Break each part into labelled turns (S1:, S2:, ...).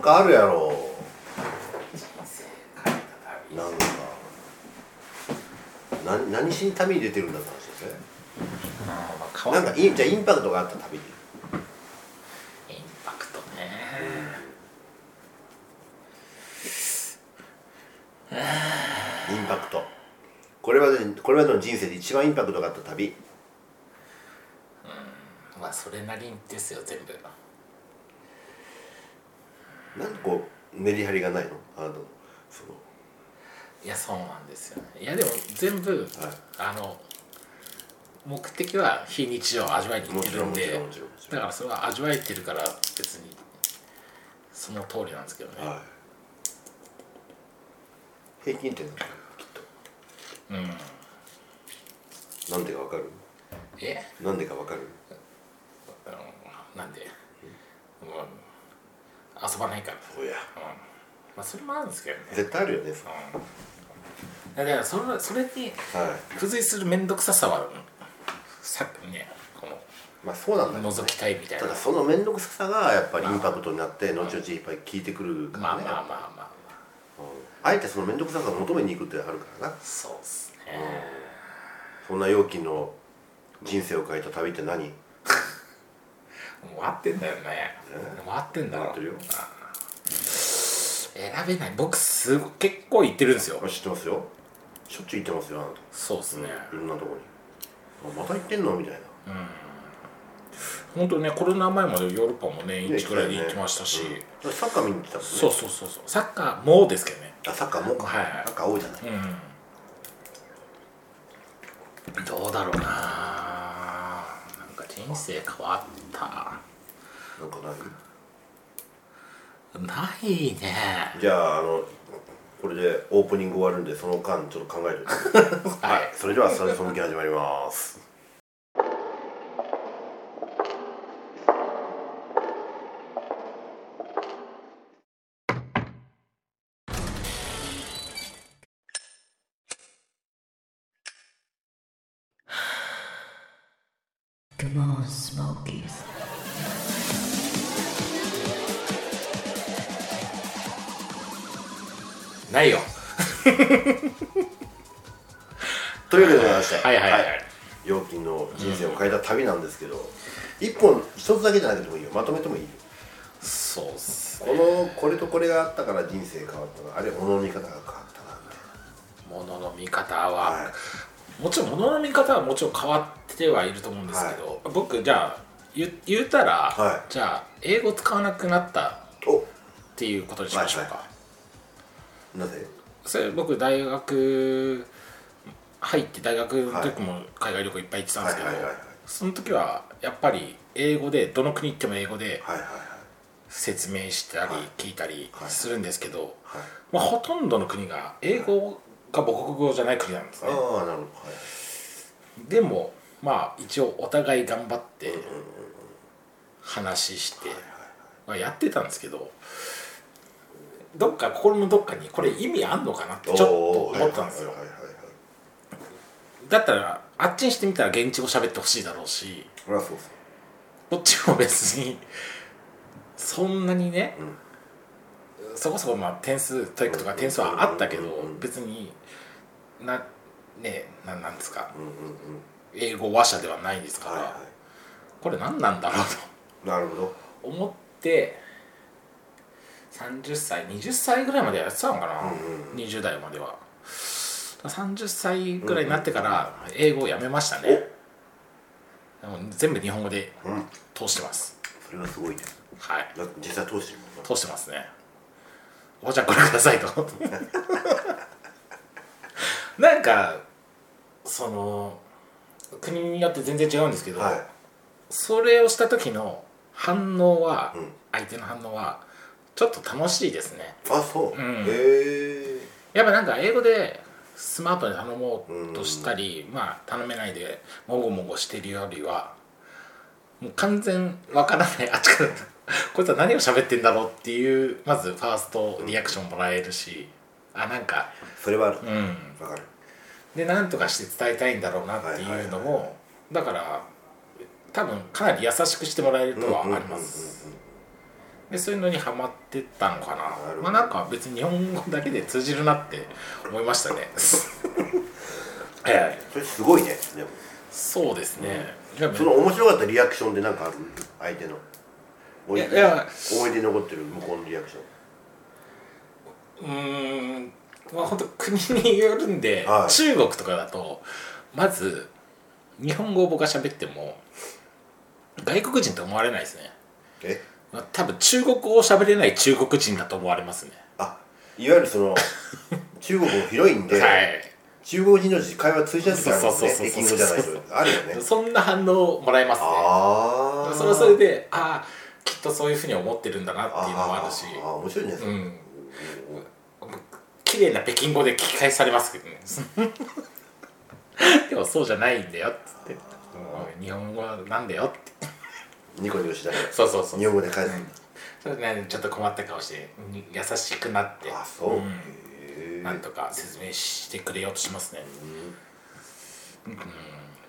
S1: かあるやろ
S2: 帰った旅
S1: なんかな何しに旅に出てるんだって話ですね
S2: うんまあ変わ
S1: なん
S2: んな
S1: か
S2: い
S1: いいじゃあインパクトがあった旅
S2: インパクトね
S1: インパクトこれまでこれまでの人生で一番インパクトがあった旅
S2: まあそれなりにですよ全部
S1: なんでこうメリハリがないのあなたのその
S2: いやそうなんですよねいやでも全部
S1: はい
S2: あの目的は非日常を味わいに行
S1: も
S2: って
S1: ち
S2: る
S1: ろん
S2: ん
S1: もちろ
S2: で
S1: んもちろんもちろ
S2: だ
S1: ん
S2: からそれは味わえてるから別にその通りなんですけどね、
S1: はい平均点なんだよきっ
S2: うん
S1: となんでかわかる
S2: え
S1: なんでかわかる
S2: あのなんで、うん、遊ばないから、
S1: おや
S2: うんまあ、それもあるんですけどね、
S1: 絶対あるよねそ
S2: うん、だからそれそれに
S1: は
S2: 付随する面倒くささはさねこ
S1: いまあそうなんだけ
S2: の
S1: ど
S2: 覗きたいみたい
S1: た
S2: な
S1: だその面倒くささがやっぱりインパクトになって後々いっぱい聞いてくるか
S2: まあまあ
S1: らね
S2: まあまあま
S1: うんあえてその面倒くささを求めに行くってあるからな
S2: あそうっすね、
S1: そんな陽気の人生を変えた旅って何
S2: もう合ってんだよね。もう合ってんだろ。
S1: 合ってるよ
S2: あー選べない。僕すご結構行ってるんですよ
S1: あ。知ってますよしょっちゅう行ってますよあな
S2: そうですね。
S1: たいろんなとこにあまた行ってんのみたいな
S2: 本当ねコロナ前までヨーロッパも年一くらいで行ってましたし、
S1: うんサッカー見に行ってたもんね
S2: そうそうそうそう。サッカーもですけどね。
S1: あサッカーもか、
S2: はいはい
S1: サッカー多いじゃない、
S2: どうだろうな。なんか人生変わった。
S1: なんかな
S2: な
S1: い
S2: いね。
S1: じゃああのこれでオープニング終わるんでその間ちょっと考える
S2: はい
S1: はいそれでは「それその気」始まります
S2: ないよ。
S1: というわけでございまして
S2: はいはいはい
S1: 陽気の人生を変えた旅なんですけど、一本一つだけじゃなくてもいいよまとめてもいいよ
S2: そうっす。
S1: このこれとこれがあったから人生変わったなあるいは物の見方が変わったなみたい
S2: ものの見方
S1: な
S2: は。
S1: はい
S2: もちろん物の見方はもちろん変わってはいると思うんですけど、僕じゃあ言言うたら、
S1: は
S2: じゃあ英語使わなくなったっ
S1: お
S2: ていうことにしましょうか、
S1: はいはなぜ
S2: それ僕大学入って大学の時も海外旅行いっぱい行ってたんですけど、
S1: はいはいはいはい
S2: その時はやっぱり英語でどの国行っても英語で
S1: はいはいはい
S2: 説明したり
S1: はい
S2: 聞いたり
S1: はい
S2: するんですけど、
S1: はい
S2: まあ、ほとんどの国が英語が母国語じゃない国なんです
S1: あ
S2: ね
S1: あなるほどはい
S2: でもまあ一応お互い頑張って話して、まあ、やってたんですけどどっか心のどっかにこれ意味あんのかなってちょっと思ったんですよ
S1: はいはいはいはいはい
S2: だったらあっちにしてみたら現地語喋ってほしいだろうし
S1: そりゃそうっす
S2: こっちも別にそんなにね、そこそこまあ点数トイックとか点数はあったけど別になねななんですか
S1: うんうんうん
S2: 英語話者ではないですから、
S1: はいは
S2: これ何なんだろうと。
S1: いなるほど
S2: 思って30歳20歳ぐらいまでやってたのかな、
S1: うんうん
S2: 20代まではだから30歳ぐらいになってから英語をやめましたね、でも全部日本語で
S1: うん
S2: 通してます
S1: それはすごいね
S2: はい
S1: だって実際通してるもんな
S2: 通してますねおばちゃんこれくださいと なんかその国によって全然違うんですけど、
S1: はい
S2: それをした時の反応は、
S1: うん
S2: 相手の反応はちょっと楽しいですね
S1: あそ
S2: う
S1: う
S2: ん
S1: へえ
S2: やっぱなんか英語でスマートに頼もうとしたり、まあ頼めないでもごもごしてるよりはもう完全わからないあっちから こいつは何を喋ってんだろうっていうまずファーストリアクションもらえるし、あなんか
S1: それはある
S2: うん
S1: わかる
S2: で何とかして伝えたいんだろうなっていうのも、だから多分かなり優しくしてもらえるとはあります、
S1: うんうんうんうん
S2: でそういうのにハマってったのかな
S1: るほど
S2: まあなんか別に日本語だけで通じるなって思いま したねはいはい
S1: それすごいねでも
S2: そうですね、いや
S1: その面白かったリアクションで何かある相手の思い
S2: いやいや
S1: 思い出に残ってる向こうのリアクション
S2: うーんまあ本当国によるんで、
S1: はい
S2: 中国とかだとまず日本語を僕が喋っても外国人と思われないですね
S1: え
S2: まあ多分中国語を喋れない中国人だと思われますね
S1: あいわゆるその 中国も広いんで、
S2: はい
S1: 中国人同士会話通じやすくなるもん
S2: そう
S1: ね
S2: そうそうそう
S1: 北京語じゃないとあるよね
S2: そんな反応をもらえますね
S1: ああ
S2: それはそれでああきっとそういうふうに思ってるんだなっていうのもあるし
S1: あー面白いね、それ
S2: うん綺麗な北京語で聞き返されますけどね でもそうじゃないんだよっつってうん日本語なんだよって
S1: ニコニコしながら
S2: そうそうそう
S1: 日本語で返す、
S2: それでねちょっと困った顔してに優しくなって
S1: あそう、へえ
S2: なんとか説明してくれようとしますね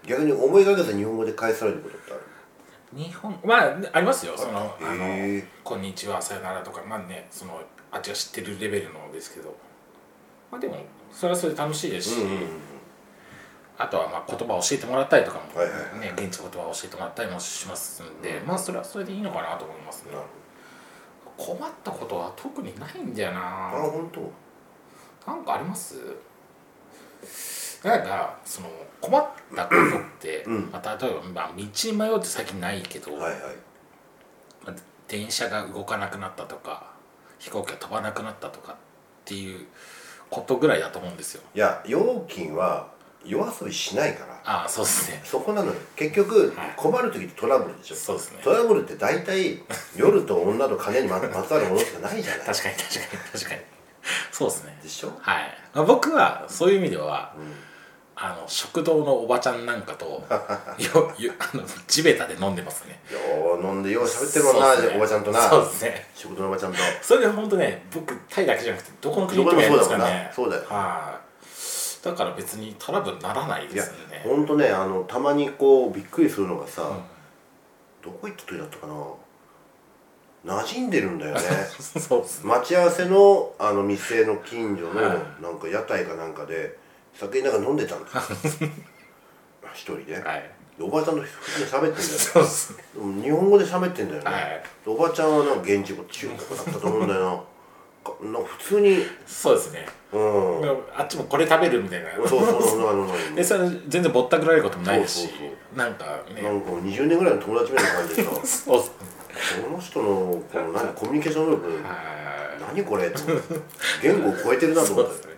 S1: 逆に思いがけず日本語で返されることってある
S2: 日本まあねありますよその「あ
S1: へ
S2: の
S1: え
S2: こんにちはさよなら」とかまあねそのあっちが知ってるレベルのですけどまあでもそれはそれで楽しいですし、あとはまあ言葉を教えてもらったりとかも、ね
S1: はいはいは
S2: 現地の言葉を教えてもらったりもしますんで、まあそれはそれでいいのかなと思いますね
S1: なる
S2: 困ったことは特にないんだよ
S1: あ
S2: な
S1: 本当
S2: なんかありますなんかその困ったことって、
S1: うん
S2: まあ、例えば、まあ、道に迷うって最近ないけど、
S1: はいはい
S2: まあ電車が動かなくなったとか飛行機が飛ばなくなったとかっていうことぐらいだと思うんですよ
S1: いや料金は夜遊びしないから
S2: ああそうですね
S1: そこなのよ結局
S2: はい
S1: 困る時ってトラブルでしょ
S2: そうですね
S1: トラブルって大体夜と女と金にままつわるものしかないじゃない
S2: 確かに確かに確かにそうですね
S1: でしょ、
S2: はい、まあ、僕はそういう意味では
S1: うん、
S2: あの食堂のおばちゃんなんか とよよあの地べたで飲んでますね
S1: よう飲んでよう喋ってるもんな、
S2: そうっすね
S1: おばちゃんとな
S2: そうですね
S1: 仕事のおばちゃんと
S2: それで本当ね僕タイだけじゃなくてどこの国行ってもやりますからね
S1: どこでもそうだもんなそうだよ
S2: はいだから別にトラブルにならない
S1: い
S2: で
S1: や
S2: すよね
S1: ほんとねあのたまにこうびっくりするのがさ、
S2: ん
S1: どこ行った時だったかな馴染んでるんだよね
S2: そうですね
S1: 待ち合わせのあの店の近所の
S2: はい
S1: なんか屋台かなんかで酒なんか飲んで たんですよ一人で、
S2: はい
S1: おばちゃんと普通に喋ってんだよ
S2: そうですね
S1: うん日本語で喋ってんだよね、
S2: はい
S1: おばちゃんはなんか現地語中国語だったと思うんだよなかなんか普 通に
S2: そうですね
S1: うん
S2: あっちもこれ食べるみたいな
S1: そうそうそうあのなん
S2: でそれ全然ぼったくられることもないですし
S1: そうそう
S2: なんかね
S1: か20年ぐらいの友達みたいな感じでさ
S2: そうっすね
S1: この人のこの何コミュニケーション能力
S2: はい
S1: 何これと思って言語を超えてるなと思
S2: そう
S1: っ
S2: です
S1: て
S2: ね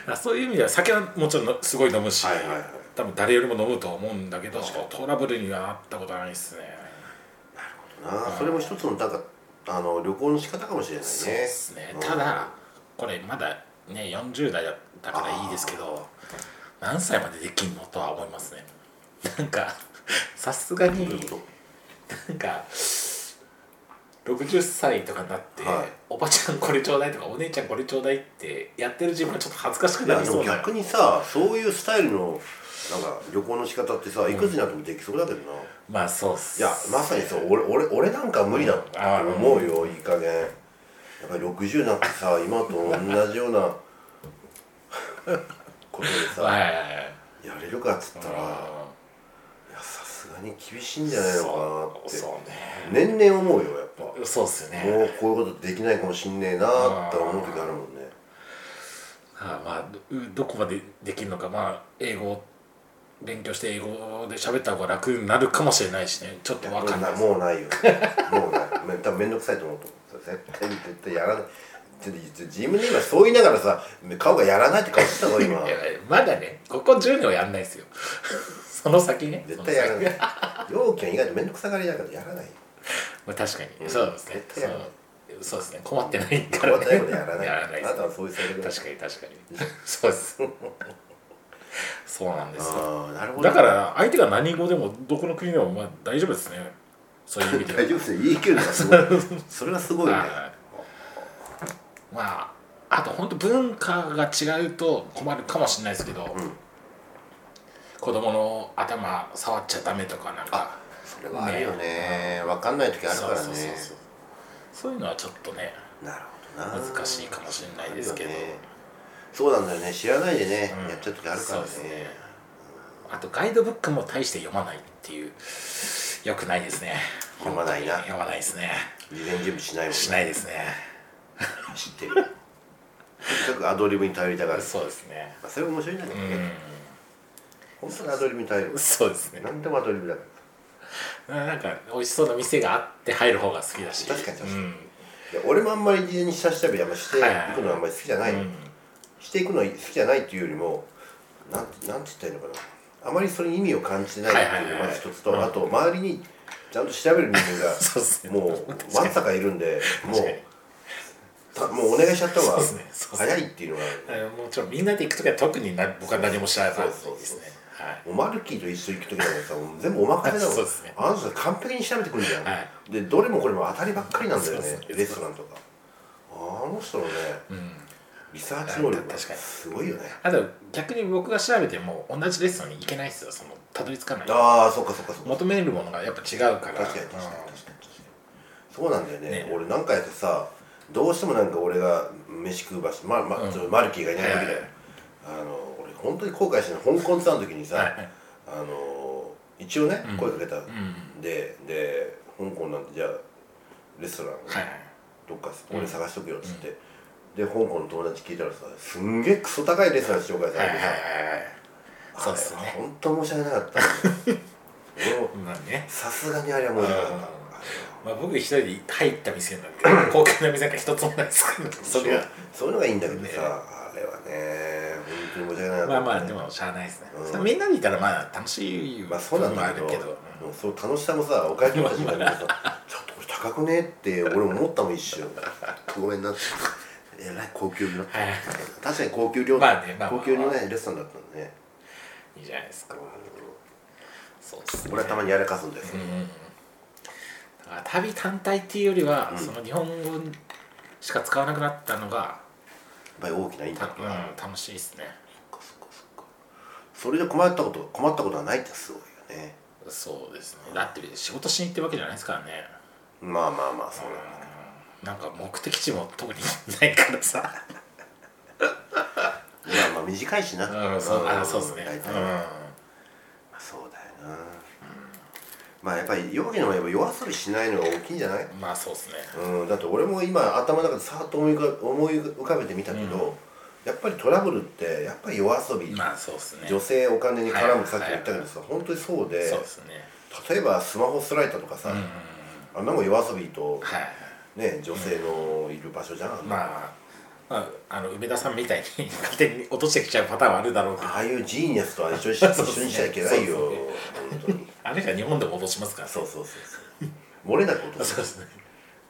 S2: だからそういう意味では酒はもちろんすごい飲むし、
S1: はいはいはい
S2: 多分誰よりも飲むと思うんだけどトラブルにはなったことはないですね
S1: なあそれも一つのなんかあの旅行の仕方かもしれないね
S2: そうですね
S1: うん
S2: ただこれまだね40代だったからいいですけど何歳までできんのとは思いますねなんかさすがになんか60歳とかになって、
S1: はい
S2: おばちゃんこれちょうだいとかお姉ちゃんこれちょうだいってやってる自分はちょっと恥ずかしく
S1: い
S2: な
S1: や
S2: り
S1: で
S2: そ
S1: も
S2: うな
S1: 逆にさそういうスタイルのなんか旅行の仕方ってさいくつになってもできそうだけどな、い
S2: まあそうっす
S1: やまさにそう俺俺俺なんか無理だと思うよいい加減やっぱり60になってさ今と同じような ことでさ、
S2: はいはいはい
S1: やれるかっつったら、いやさすがに厳しいんじゃないのかなって
S2: そうね
S1: 年々思うよやっぱも
S2: そうっすよね
S1: うこういうことできないかもしんねえなーって思う時あるもんね
S2: ああまあどどこまでできるのかまあ英語勉強して英語で喋った方が楽になるかもしれないしねちょっとわかんないです
S1: もうないよもうないめ多分面倒くさいと思うと絶対に絶対やらないちょっとちょっと自分で今そう言いながらさ顔がやらないって顔してたぞ今
S2: いやいやまだねここ10年はやんないですよ その先ね
S1: 絶対やら
S2: その
S1: ない
S2: 先
S1: 容器は意外と面倒くさがりだからやらないよ
S2: まあ確かにそうですねそ
S1: 絶対やらないう
S2: そうですね困ってないか
S1: 変わ
S2: らね
S1: ったようやらない
S2: やらないで
S1: あな
S2: す
S1: たはそういう性格だ
S2: 確かに 確かにそうです そうなんですよ
S1: ああなるほど
S2: だから相手が何語でもどこの国でもまあ大丈夫ですねそういう意味では
S1: 大丈夫ですね言い切るのがす ごいそれがすごいね
S2: はいまああと本当文化が違うと困るかもしれないですけど、
S1: ん
S2: 子供の頭触っちゃダメとかなんか
S1: あそれはあるよね分かんない時あるからね
S2: そうそうそうそうそういうのはちょっとね
S1: なるほどな
S2: 難しいかもしれないですけど
S1: あるよねそうなんだよね知らないでね、
S2: うん
S1: やっちゃう時あるからね
S2: そうですねあとガイドブックも大して読まないっていうよくないですね
S1: 読まないな
S2: 本当に読まないですね
S1: 事前準備しないもんね
S2: しないですね
S1: 知ってるとにかくアドリブに頼りたがる
S2: そうですね
S1: まあそれも面白いんだけどね、
S2: う
S1: 本当にアドリブに頼る
S2: んそうですね
S1: 何でもアドリブだから
S2: なんか美味しそうな店があって入る方が好きだし
S1: 確かに確かに
S2: うん
S1: いや俺もあんまり事前に下調べあんましてい
S2: はいはいはい
S1: くのはあんまり好きじゃない、
S2: うん
S1: していくのは好きじゃないっていうよりもなんてなんて言ったらいいのかなあまりそれに意味を感じてないっていうのがまず一つと、
S2: はいはいは
S1: あと周りにちゃんと調べる人間が
S2: そうですね
S1: も
S2: 確
S1: う
S2: か
S1: わ
S2: に
S1: んさかいるんでもう
S2: 確かに
S1: たもうお願いしちゃった方が
S2: そうですねそうですね
S1: 早いっていうのがある
S2: あのもちろんみんなで行く時は特にな僕は何も知らないですね
S1: そうそうそう
S2: はい
S1: もうマルキーと一緒に行く時なんかさもう全部お任せだ もん
S2: そうですね
S1: あの人完璧に調べてくるじゃん、
S2: はい
S1: でどれもこれも当たりばっかりなんだ
S2: そ
S1: よ
S2: う
S1: ね
S2: そうそう
S1: レストランとかあの人のね
S2: うん
S1: リサーチ能力が
S2: 確かに
S1: すごいよね
S2: あと逆に僕が調べても同じレストランに行けないですよそのたどり着かない
S1: ああそっかそっかそっか
S2: 求めるものがやっぱ違うから
S1: 確かに確かに確かに確かにそうなんだよね
S2: ね
S1: 俺なんかやってさどうしてもなんか俺が飯食う場所、まま
S2: うん
S1: そのマルキーがいない時だ
S2: は
S1: よ
S2: いはい、
S1: あの俺本当に後悔してるの香港ツアーの時にさ、
S2: はいはい
S1: あの一応ね
S2: うん
S1: 声かけた、
S2: うんうん
S1: でで香港なんてじゃあレストラン、
S2: はい
S1: どっかす
S2: うん
S1: 俺探しとくよっつって、で香港の友達聞いたらさすんげえクソ高いレストラン紹介さ
S2: はいはい
S1: れてさ、
S2: はいはい
S1: あれ
S2: そうですよね
S1: 本当申し訳なかった俺も
S2: まあね、
S1: さすがにあれは申し訳なかった
S2: うん
S1: あ
S2: まあ、僕一人で入った店なん で公開の店が一つもないですから
S1: れは
S2: それは
S1: そういうのがいいんだけどさ、
S2: ね
S1: あれはね本当に申し訳な
S2: ま
S1: か
S2: あ
S1: った、
S2: まあでもしゃあないですね、
S1: うん
S2: みんなでいたらまあ楽しい
S1: まあそうなんだけ
S2: 部
S1: ど
S2: 分も
S1: もうその楽しさもさお会計も始 まるけどさちょっとこれ高くねって俺も思ったもん一瞬ごめんなってえらい高級料理
S2: はい
S1: 確かに高級料理、
S2: まあねまあまあ
S1: 高級のねレストランだったんだね
S2: いいじゃないですかそうですね
S1: 俺はたまにやらかすんだよ、
S2: うんうんうんだから旅単体っていうよりは、その日本語しか使わなくなったのが、
S1: やっぱり大きなイン
S2: た
S1: パ
S2: う
S1: クト
S2: ん
S1: がある、
S2: 楽しいですね
S1: そっかそっかそっかそれで困ったこと困ったことはないってすごいよね
S2: そうですねだって仕事しに行ってるわけじゃないですからね
S1: まあまあまあそうなんだ
S2: うんなんか目的地も特にないからさ
S1: まあまあ短いしな、
S2: うんそうあそうですね
S1: 大体
S2: うん
S1: まあそうだよな、まあやっぱり容疑の場合は夜遊びしないのが大きいんじゃない
S2: まあそうですね
S1: うん、だって俺も今頭の中でさーっと思い浮か思い浮かべてみたけど、
S2: う
S1: やっぱりトラブルってやっぱり夜遊び、
S2: まあそうですね
S1: 女性お金に絡むさっき
S2: はい
S1: 言ったけどさ、本当にそうで
S2: そうですね
S1: 例えばスマホスライターとかさ、
S2: うんうんうん
S1: あんなもん夜遊びと、
S2: はい
S1: ね、女性のいる場所じゃん、
S2: まあまああの梅田さんみたいに 勝手に落としてきちゃうパターンはあるだろうけど
S1: ああいうジーニアスとは一緒にし一
S2: そうですね
S1: 緒にしちゃいけないよ、
S2: そう
S1: 本当に
S2: あれが日本でも落としますからね
S1: そうそうそうそう漏れなく落と
S2: そう
S1: す
S2: ですね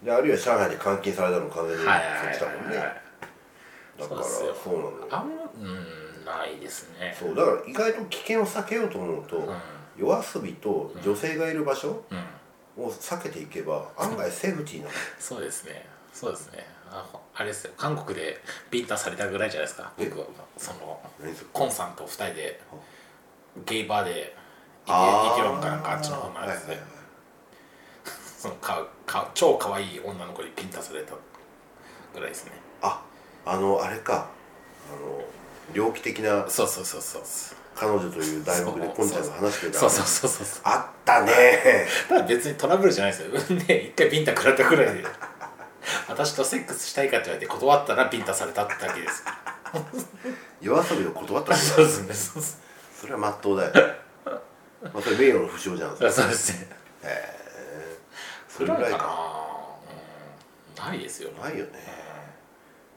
S1: であるいは上海で監禁されたのも完全にそ
S2: はいはい
S1: っちだもん
S2: はい
S1: ね
S2: は
S1: だ
S2: いそ
S1: から
S2: うですよ
S1: そうなのよ
S2: あんまうんないですね
S1: そうだから意外と危険を避けようと思うと、夜遊びと女性がいる場所
S2: うん、うん、
S1: を避けていけば案外セーフティーなの
S2: そうですねそうですねあほあれですよ韓国でビンタされたぐらいじゃないですか
S1: え
S2: 僕はその
S1: 何それ
S2: コンさんと二人で
S1: は
S2: ゲイバーでイケ
S1: あー
S2: イケロンかなんかあっちの方のあれですね
S1: はいはいはい
S2: そのかか超可愛い女の子にビンタされたぐらいですね
S1: ああのあれかあの猟奇的な
S2: そうそうそうそう
S1: 彼女という題目で
S2: そう
S1: コンちゃんが話してた
S2: そうそうそうそうそう
S1: あったね
S2: ただ別にトラブルじゃないですよね一回ビンタ食らったぐらいで私とセックスしたいかって言われて断ったらビンタされたってだけです
S1: 夜遊びを断ったんだ
S2: そうですねそうです
S1: それはまっとうだよねまあそれ名誉の負傷じゃん
S2: ねそうですね
S1: え
S2: それぐらいかな、うん、ないですよね、
S1: ないよね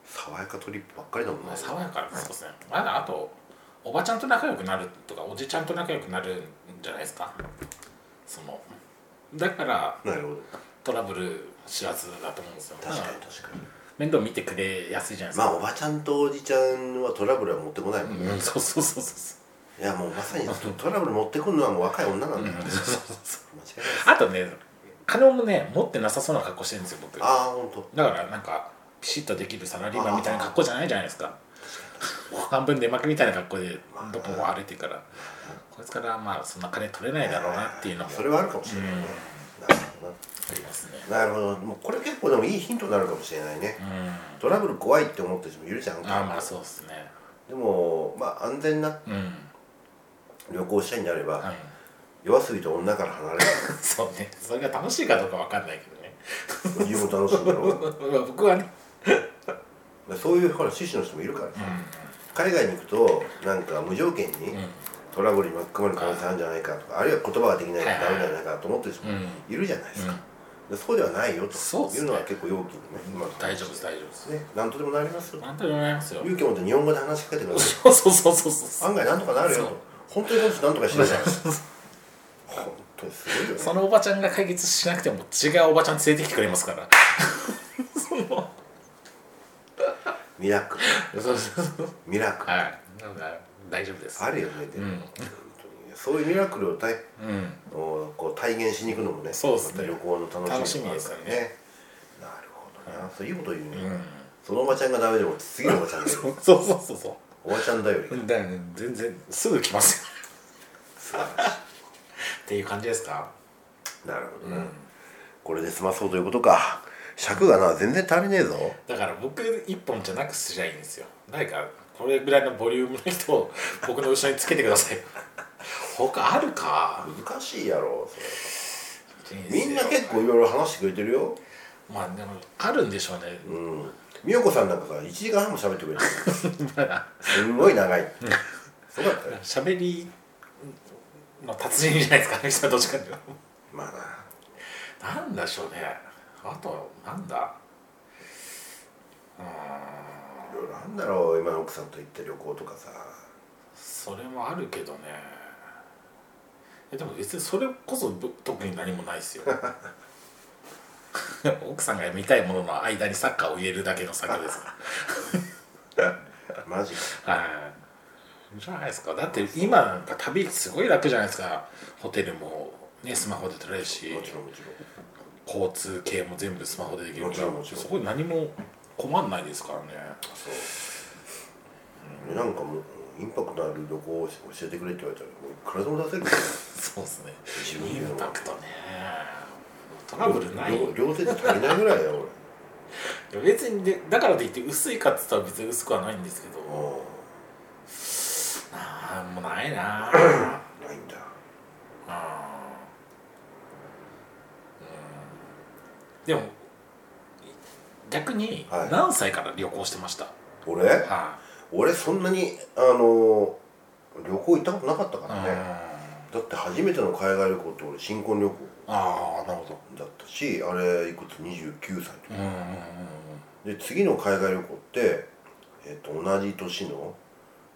S1: 爽やかトリップばっかりだもんね
S2: まあ、爽やかなそうですねまだあとおばちゃんと仲良くなるとかおじちゃんと仲良くなるんじゃないですかそのだから
S1: なるほど
S2: トラブル知らずだと思うんですよ
S1: 確かに
S2: うん
S1: 確かに
S2: 面倒見てくれやすいじゃないです
S1: ま
S2: か、
S1: あおばちゃんとおじちゃんはトラブルは持ってこないもんね、
S2: うん、そうそうそうそうそう
S1: いやもうまさにトラブル持ってくるのはもう若い女なんだよ、間違いないです
S2: あとね金もね持ってなさそうな格好してるんですよ僕だか
S1: ああほんと
S2: らなんかピシッとできるサラリーマンみたいな格好じゃないじゃないです か半分出負けみたいな格好でどこも歩いてからこいつからまあそんな金取れないだろうなっていうのも
S1: それはあるかもしれないね、なるほどな
S2: ありますね
S1: なるほどもうこれ結構でもいいヒントになるかもしれないね
S2: うん
S1: トラブル怖いって思ってる人もいるじゃん
S2: ああまあそうですね
S1: でもまあ安全な
S2: うん
S1: 旅行したいんであれば、
S2: はい
S1: 夜遊びと女から離れ
S2: そうねそれが楽しいかどうかわかんないけ どね
S1: る理由も楽しいんだろう
S2: まあ僕はね
S1: ま あそういうほら趣旨の人もいるから
S2: うん
S1: さ海外に行くとなんか無条件にトラブルに巻き込まれる可能性あるんじゃないかとかあるいは言葉ができないとダメじゃないかと思ってる人
S2: うん、
S1: も
S2: うん
S1: いるじゃないですか、
S2: う
S1: でそうではないよ
S2: そうっ
S1: と
S2: す
S1: い
S2: ね
S1: うのは結構要求にね、まあ、
S2: 大丈夫です大丈夫です
S1: ね何とでもなりますよ
S2: なんとでもないますよ
S1: 勇気を持って日本語で話しかけてくださ
S2: そうそうそうそう
S1: い
S2: そう
S1: 案外なんとかなるよ
S2: そう
S1: と本当にこの人なんとかしてるじゃないですか本当にすごいよ ね
S2: そのおばちゃんが解決しなくても違うおばちゃん連れてきてくれますから
S1: ミラクル
S2: そうそうそう
S1: ミラクル
S2: はいなんか大丈夫です
S1: あるよねで
S2: う
S1: も、
S2: ん
S1: そういうミラクルを体
S2: うん
S1: をこう体現しに行くのもね
S2: そうっすね
S1: また旅行の楽しみもあるからね
S2: 楽しみですよ
S1: なるほどなそういうこと言うね、
S2: うん
S1: そのおばちゃんがダメでも次のおばちゃんだよ
S2: そうそうそうそ
S1: おばちゃんだより
S2: うだよね全然すぐ来ますよ
S1: 素晴らし
S2: っていう感じですか
S1: いなるほどな、これで済まそうということか尺がな全然足りねえぞ
S2: だから僕一本じゃなくすりゃいいんですよ誰かこれぐらいのボリュームの人を僕の後ろにつけてください他ある か
S1: 難しいやろそれみんな結構いろいろ話してくれてるよ
S2: まあでもあるんでしょうね
S1: うん美代子さんなんかさ1時間半も喋って くれてる
S2: まだ
S1: すんごい長いそうだったよ
S2: 喋りの達人じゃないですかあの人はどっちかっていうと
S1: まあな
S2: なんでしょうねあとなんだうーん
S1: いろいろあんだろう今の奥さんと行って旅行とかさ
S2: それもあるけどねえでも別にそれこそぶ特に何もない ですよ奥さんが見たいものの間にサッカーを入れるだけの作業ですか
S1: マ ジから
S2: はいじゃないですかだって今なんか旅すごい楽じゃないですかホテルもねスマホで取れるし
S1: もちろんもちろ
S2: 交通系も全部スマホでできる
S1: もちろんもちろん
S2: そこに何も困んないですからね
S1: んそう、なんかもうインパクトのある旅行を教えてくれって言われたらもういくらでも出せるよ
S2: そうですね
S1: 自
S2: イ
S1: 分でも
S2: ンパクトねトラブルない
S1: 両両手じゃ足りないぐらいだよ
S2: いや別にでだからといって薄いかっつったら別に薄くはないんですけど
S1: 俺も
S2: あーもうないなー
S1: うないんだ
S2: あーうんでも逆に
S1: はい
S2: 何歳から旅行してました、
S1: 俺
S2: は
S1: 俺そんなにあの旅行行ったことなかったか
S2: い、うん
S1: らね、だって初めての海外旅行って俺新婚旅行
S2: ああなるほど
S1: だったしあれいくつ29歳
S2: う
S1: の
S2: んうんうん
S1: 時で次の海外旅行って、えっと同じ年の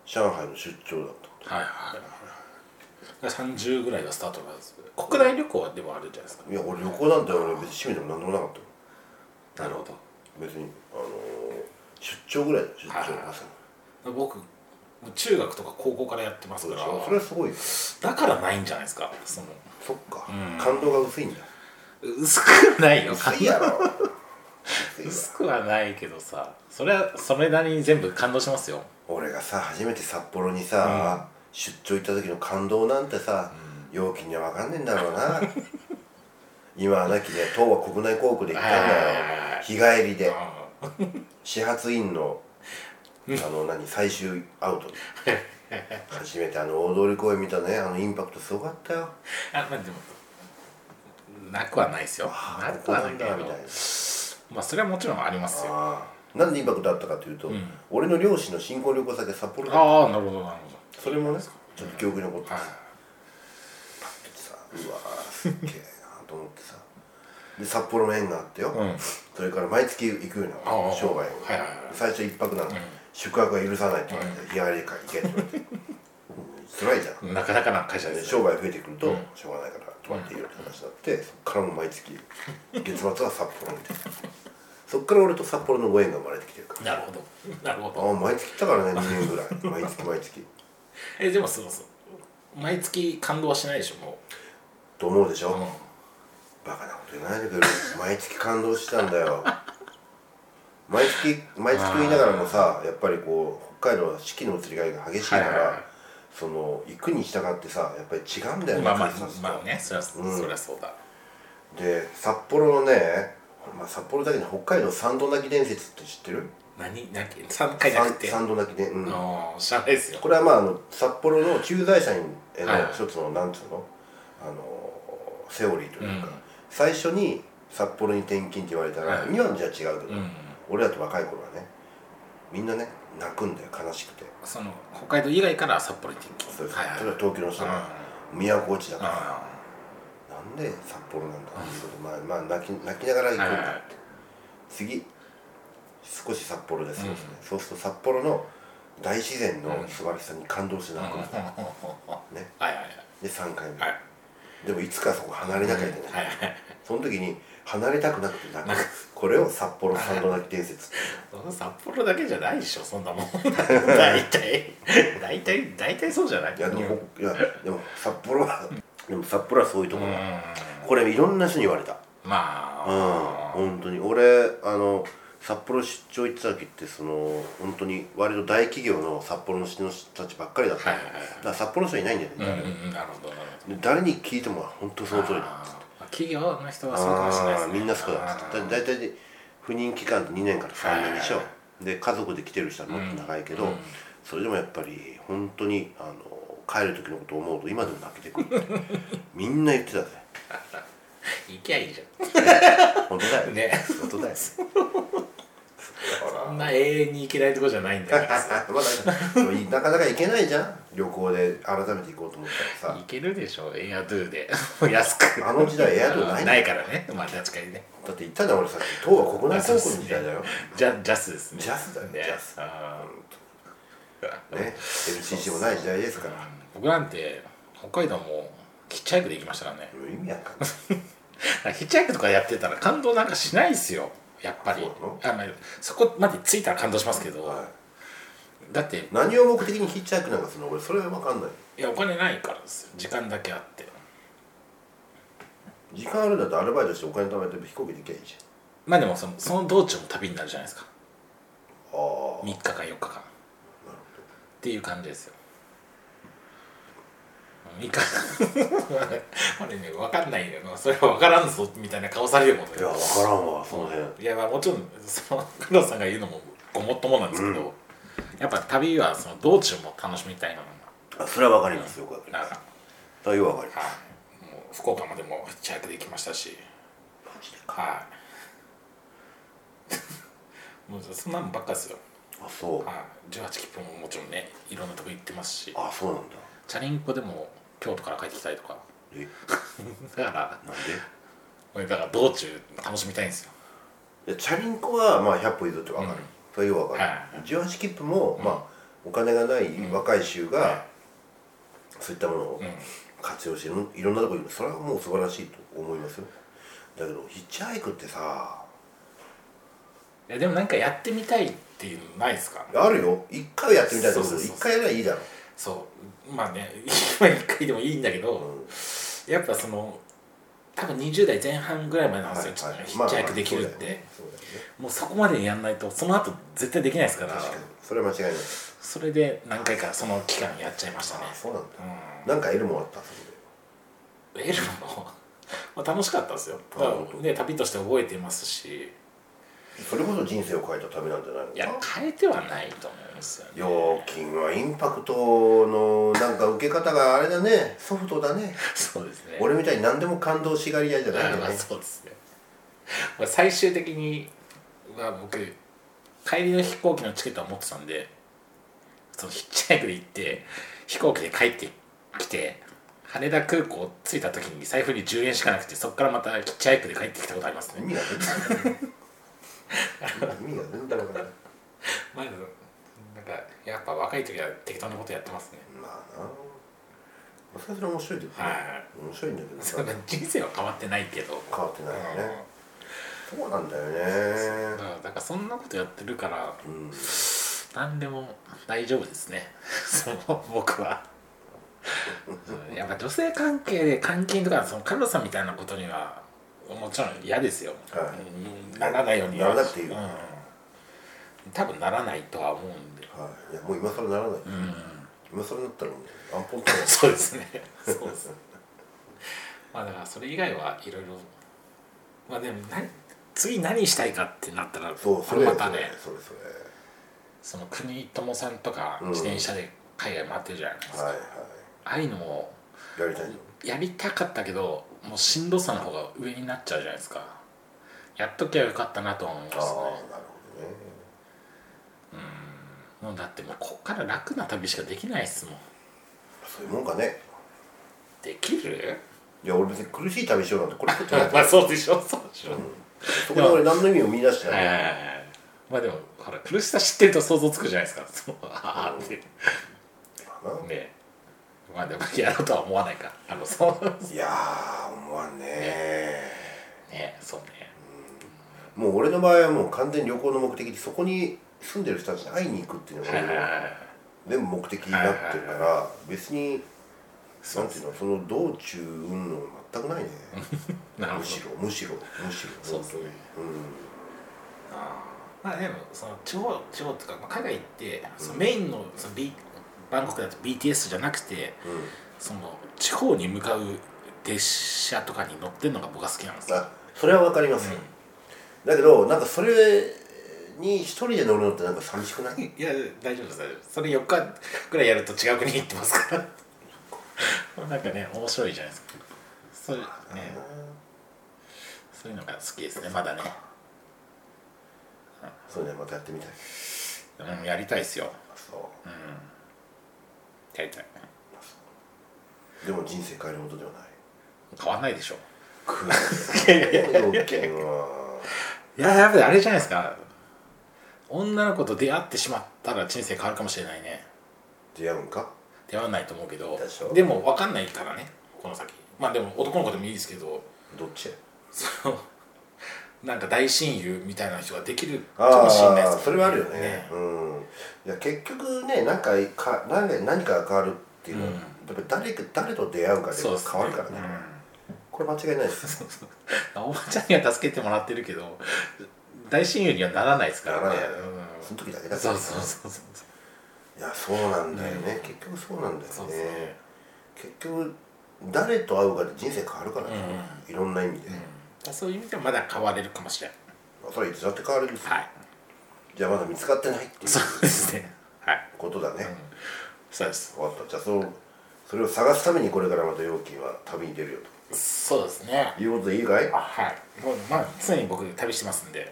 S1: 上海の出張だった
S2: はいはいはいはい30ぐらいがスタートなんです国内旅行はでもあるじゃないですか
S1: いや俺旅行なんて俺別に趣味でも何でもなかったよ
S2: なるほど
S1: 別にあのー出張ぐらいだよ出張
S2: はいはいはい
S1: 朝の
S2: 僕中学とか高校からやってます
S1: そう
S2: か
S1: で
S2: ら
S1: しょそれはすごいよ
S2: だからないんじゃないですかその
S1: そっか、
S2: うん
S1: 感動が薄いんだ
S2: 薄くないよ
S1: 薄いやろ薄いわ
S2: 薄くはないけどさそれはそれなりに全部感動しますよ
S1: 俺がさ初めて札幌にさ、出張行った時の感動なんてさ、容器には分かんねえんだろうな 今はなきね当は国内航空で行ったんだよ
S2: は
S1: 日帰り
S2: い
S1: で始発員のあの何最終ア ウトで初めてあの大通り公園見たねあのインパクトすごかったよ
S2: あまあでもなくはないですよな
S1: あ
S2: くはないけど
S1: みたいな
S2: まあそれはもちろんありますよ
S1: あーなんでインパクトあったかというと、
S2: ん
S1: 俺の両親の新婚旅行先が札幌だ
S2: ああなるほどなるほ
S1: それもねちょっと記憶に残って
S2: ど
S1: さ
S2: はい
S1: さうわーすっげえなと思ってさで札幌の縁があってよ、
S2: うん
S1: それから毎月行くような
S2: ああ
S1: 商売を、
S2: はいはいはい
S1: 最初一泊なの、宿泊は許さないって言われて、日帰りか行けって言 われてうん辛いじゃん、
S2: なかなかな会社で
S1: です
S2: ね
S1: 商売増えてくると、
S2: うん
S1: しょうがないから泊まっていいよって話になって、そっからもう毎月月末は札幌みたいなそっから俺と札幌のご縁が生まれてきて るから
S2: なるほどなるほど
S1: ああ毎月行ったからね2年ぐらい毎月毎月
S2: えでもそうそう毎月感動はしないでしょも
S1: と思うでしょ、
S2: う、うん、
S1: バカなこと言わないでくれる毎月感動してたんだよ毎月毎月言いながらもさやっぱりこう北海道は四季の移り変えが激しいから、
S2: はいはいはい
S1: その行くに従ってさやっぱり違うんだよね
S2: まあまあ
S1: そうそう
S2: まあねそりゃそ,、
S1: うん
S2: そりゃそうだ
S1: で札幌のね、まあ、札幌だけで北海道三度泣き伝説って知ってる
S2: 何何3回じゃなくて
S1: 三三度泣きで、うん、
S2: ああ知らないですよ
S1: これはまああの札幌の駐在社員への
S2: はいはい
S1: 一つのなんつうのあのセオリーというか、
S2: うん
S1: 最初に札幌に転勤って言われたら、
S2: はい
S1: 今のじゃ違うけど、
S2: うん
S1: 俺らと若い頃はねみんなね泣くんだよ悲しくて
S2: その北海道以外から札幌に転勤
S1: そうです、
S2: はいはい
S1: それは東京の人が宮古落ちだから、
S2: あ
S1: なんで札幌なんだまあまあ泣き泣きながら行くんだって、
S2: はいはい
S1: 次少し札幌です、ねそうすると札幌の大自然の素晴らしさに感動して
S2: あ
S1: 泣くんだ、ね
S2: はいはい
S1: で3回目、
S2: はい
S1: でもいつかそこ離れなきゃいけな
S2: は
S1: い、
S2: いはい
S1: その時に離れたくなくて泣くこれを札幌三度泣き伝説って
S2: その札幌だけじゃないでしょそんなもん 大体大体大体そうじゃない
S1: いやでも,、
S2: うん
S1: いやでも札幌はでも札幌はそういうところ、これいろんな人に言われた
S2: ま
S1: うん
S2: あ、
S1: 本当に俺あの札幌出張行ってた時ってその本当に割と大企業の札幌の人たちばっかりだった、
S2: はいはいはい
S1: だから札幌の人いないんだよ
S2: うんうん
S1: ね、
S2: うんなるほどなるほど
S1: で誰に聞いても本当その通りだ
S2: あー企業の人はそうかもしれないで
S1: あ
S2: す
S1: ー
S2: ね
S1: みんなそうだっ
S2: あ
S1: つって
S2: ー
S1: だ大体で不妊期間って2年から3年でしょ、
S2: はいは
S1: で家族で来てる人はもっと長いけど、
S2: うんうん
S1: それでもやっぱり本当にあの帰る時のことを思うと今でも泣けてく るってみんな言ってたぜ
S2: 行きゃいいじゃ
S1: 本当だよ
S2: んね
S1: 本当だよ
S2: そんな永遠に行けないとこじゃないんだよ
S1: まだでもなかなか行けないじゃん旅行で改めて行こうと思ったら
S2: 行けるでしょエアドゥで 安く
S1: さあの時代エアドないんだ
S2: な
S1: よ
S2: いからねまあ確かにね
S1: だって行ったじゃん俺さっき東は国内航空の時代だよ
S2: ジャジャスですね
S1: ジャスだよ
S2: ね
S1: ジャス
S2: あー
S1: ね LCC もない時代ですから
S2: 僕なんて北海道もヒッチハイクで行きましたか らね
S1: もう意味わかんない
S2: ヒッチハイクとかやってたら感動なんかしないですよやっぱり
S1: そう
S2: あまあそこまで着いたら感動しますけど、
S1: は
S2: だって
S1: い何を目的にヒッチハイクなんかするの俺それはわかんない
S2: いやお金ないからですよ時間だけあって
S1: 時間あるんだったらアルバイトしてお金貯めて飛行機で行けばいいじ
S2: まあでもそのその道中も旅になるじゃないですか
S1: ゃんあ
S2: 3日間4日間っていう感じですよ3日 間俺ね分かんないよなそれは分からんぞみたいな顔されるもんね
S1: あいやわからんわその辺
S2: いやまあもちろんその工藤さんが言うのもごもっともなんですけど、やっぱ旅はその道中も楽しみたいの
S1: あそれはわかりますよくわかり
S2: な
S1: ま
S2: ら、
S1: す
S2: は
S1: それはよくわかります
S2: い、もう福岡までもヒッチハイクで行きましたし
S1: マジで
S2: はい もうそんなんばっかですよ
S1: あそう
S2: はい18切符ももちろんねいろんなとこ行ってますし
S1: あそうなんだ
S2: チャリンコでも京都から帰ってきたりとか
S1: え
S2: だから
S1: なんで
S2: 俺だから道中楽しみたいんですよ
S1: いやチャリンコはまあ100歩譲ってわかる、
S2: うん
S1: それよくわかる、18切符も、まあお金がない若い衆が、そういったものを活用していろいろんなとこ行くそれはもう素晴らしいと思いますよだけどヒッチハイクってさ
S2: いやでもなんかやってみたいっていうのないですか
S1: あるよ一回はやってみたいと思う
S2: そう
S1: け
S2: そうそ
S1: ど
S2: う
S1: 一回やればいいだろ
S2: そうまあね 今一回でもいいんだけど、やっぱその多分20代前半ぐらいまでなんですよ、
S1: はいはい
S2: ちょっとねヒッチハイクできるって、
S1: そうだよね
S2: もうそこまでやんないとその後絶対できないですから
S1: 確かにそれは間違いない
S2: それで何回かその期間やっちゃいましたね
S1: あそうなんだ
S2: う
S1: なんか得るもんあったそこで
S2: んエルもまあ楽しかったですよだから
S1: あ本当
S2: ね旅として覚えていますし
S1: それこそ人生を変えたためなんじゃないのか
S2: いや変えてはないと思うんですよね
S1: 料金はインパクトのなんか受け方があれだねソフトだね
S2: そうですね
S1: 俺みたいに何でも感動しがり屋じゃ
S2: だ
S1: な
S2: か
S1: い
S2: ら
S1: よ
S2: ま
S1: ね
S2: あそうですねまあ最終的には僕帰りの飛行機のチケットは持ってたんでそのヒッチハイクで行って飛行機で帰ってきて羽田空港着いた時に財布に10円しかなくてそこからまたヒッチハイクで帰ってきたことあります
S1: 意
S2: ね
S1: 味が全然わからない意味が全然わからない
S2: 前のなんかやっぱ若い時は適当なことやってますね
S1: まあなそれはそれ面白いけどね
S2: は
S1: 面白いんだけどさ
S2: そんな人生は変わってないけど
S1: 変わってないよねそうなんだよ
S2: うん
S1: ね
S2: だからそんなことやってるから
S1: うん
S2: 何でも大丈夫ですね その僕はうんやっぱ女性関係で監禁とかそのカルロさんみたいなことにはもちろん嫌ですよ、
S1: は
S2: うんならないようには
S1: ならなくていいよ
S2: うん多分ならないとは思うんで
S1: はいいやもう今更ならない今更なったらもうアンポ ンとか
S2: そうですねそうですまあだからそれ以外はいろいろまあでも何次何したいかってなったら
S1: そうそ
S2: こ
S1: れ
S2: れまたね
S1: それそれ
S2: その国友さんとか
S1: うん
S2: 自転車で海外回ってるじゃないです
S1: そ
S2: か、
S1: れは
S2: ああ
S1: い
S2: いうのも
S1: はいやりたいの
S2: やりたかったけどもうしんどさの方が上になっちゃうじゃないですかやっときゃよかったなとは思います
S1: ああ
S2: ね
S1: なるほどね
S2: もうだってもうこっから楽な旅しかできないっすもん
S1: そういうもんかね
S2: できる
S1: いや俺別に苦しい旅しようなんてこれっちゃない
S2: まあそうでしょそうでしょ、
S1: そこで俺何の意味を見出してない
S2: ええまあでもほら苦しさ知ってると想像つくじゃないですかそうああって
S1: からな
S2: ねまあでもやろうとは思わないかあのそう
S1: いやー思わんね
S2: ねそうね
S1: もう俺の場合はもう完全に旅行の目的でそこに住んでる人たちに会いに行くっていうの
S2: はいはいは
S1: が
S2: い
S1: 全部目的になってるから別に
S2: そ
S1: な
S2: うん
S1: ていうのその道中云々全くないね
S2: なるほ
S1: む
S2: ど
S1: しろむしろむしろ
S2: そうですね
S1: う
S2: あーまあでもその地方地方とか、まあ、海外行ってそのメインのその、B、バンコクだと BTS じゃなくて
S1: んうん
S2: その地方に向かう列車とかに乗ってるのが僕は好きなんですよ
S1: あそれはわかります、だけどなんかそれに一人で乗るのってなんか寂しくない
S2: いや大丈夫です大丈夫ですそれ4日ぐらいやると違う国に行ってますからなんかね面白いじゃないですかそう,、ね、そういうのが好きですねまだね、
S1: そうねまたやってみたい
S2: うん、やりたいですよ
S1: そう
S2: やりたい
S1: でも人生変えることではない
S2: 変わんないでしょ
S1: くー条件はい
S2: ややっぱりあれじゃないですか女の子と出会ってしまったら人生変わるかもしれないね
S1: 出会うんか
S2: 出会わないと思うけど
S1: でしょ
S2: でも分かんないからねこの先まあでも男の子でもいいですけど
S1: どっち
S2: そのなんか大親友みたいな人ができるか
S1: あ
S2: もしれないです
S1: あそれはあるよねうんいや結局ねなんかか何か何かが変わるっていうのは、
S2: うん
S1: やっぱり誰か誰と出会うかで
S2: そうですね
S1: 変わるからねこれ間違いな いです
S2: うんおばちゃんには助けてもらってるけど大親友にはならないですからね
S1: ならない
S2: うん
S1: その時だけだ
S2: そうそうそうそう
S1: いやそうなんだよね、結局そうなんだよ
S2: そうです
S1: ね
S2: ね
S1: 結局誰と会うかで人生変わるからね、いろんな意味で、
S2: うんそういう意味ではまだ変われるかもしれない
S1: それいつだって変わるんですよ、
S2: はい
S1: じゃあまだ見つかってないっていう
S2: そうですねはい
S1: ことだね、
S2: そうです
S1: 分かったじゃあそのそれを探すためにこれからまた容器は旅に出るよ
S2: そうですね
S1: ということでいいかいかっ
S2: はいもうまあ常に僕旅してますんで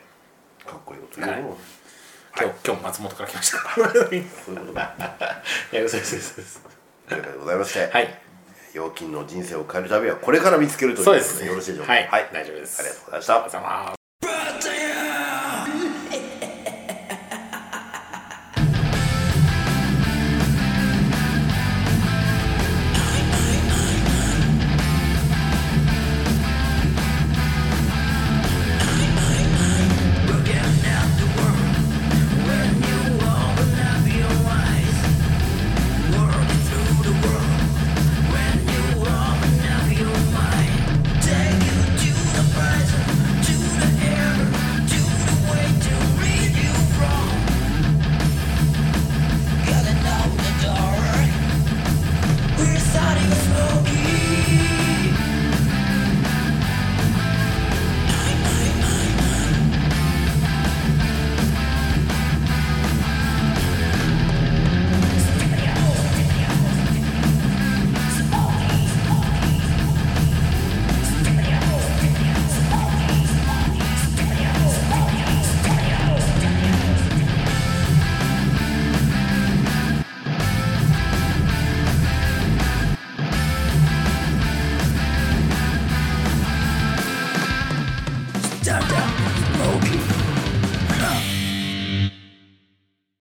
S1: こいいこと言うの、
S2: はい今日、今日松本から来ましたからい
S1: そういうこ とだ
S2: や嘘です嘘です
S1: ということでございまして、
S2: はい
S1: 陽金の人生を変える旅はこれから見つけるという
S2: そう
S1: こ
S2: で
S1: と
S2: す
S1: でよろしいでしょうか
S2: はい、
S1: はい、あり
S2: 大丈夫ですあ
S1: がとうございました
S2: うございます
S3: We're starting smoking. Stop that smoking.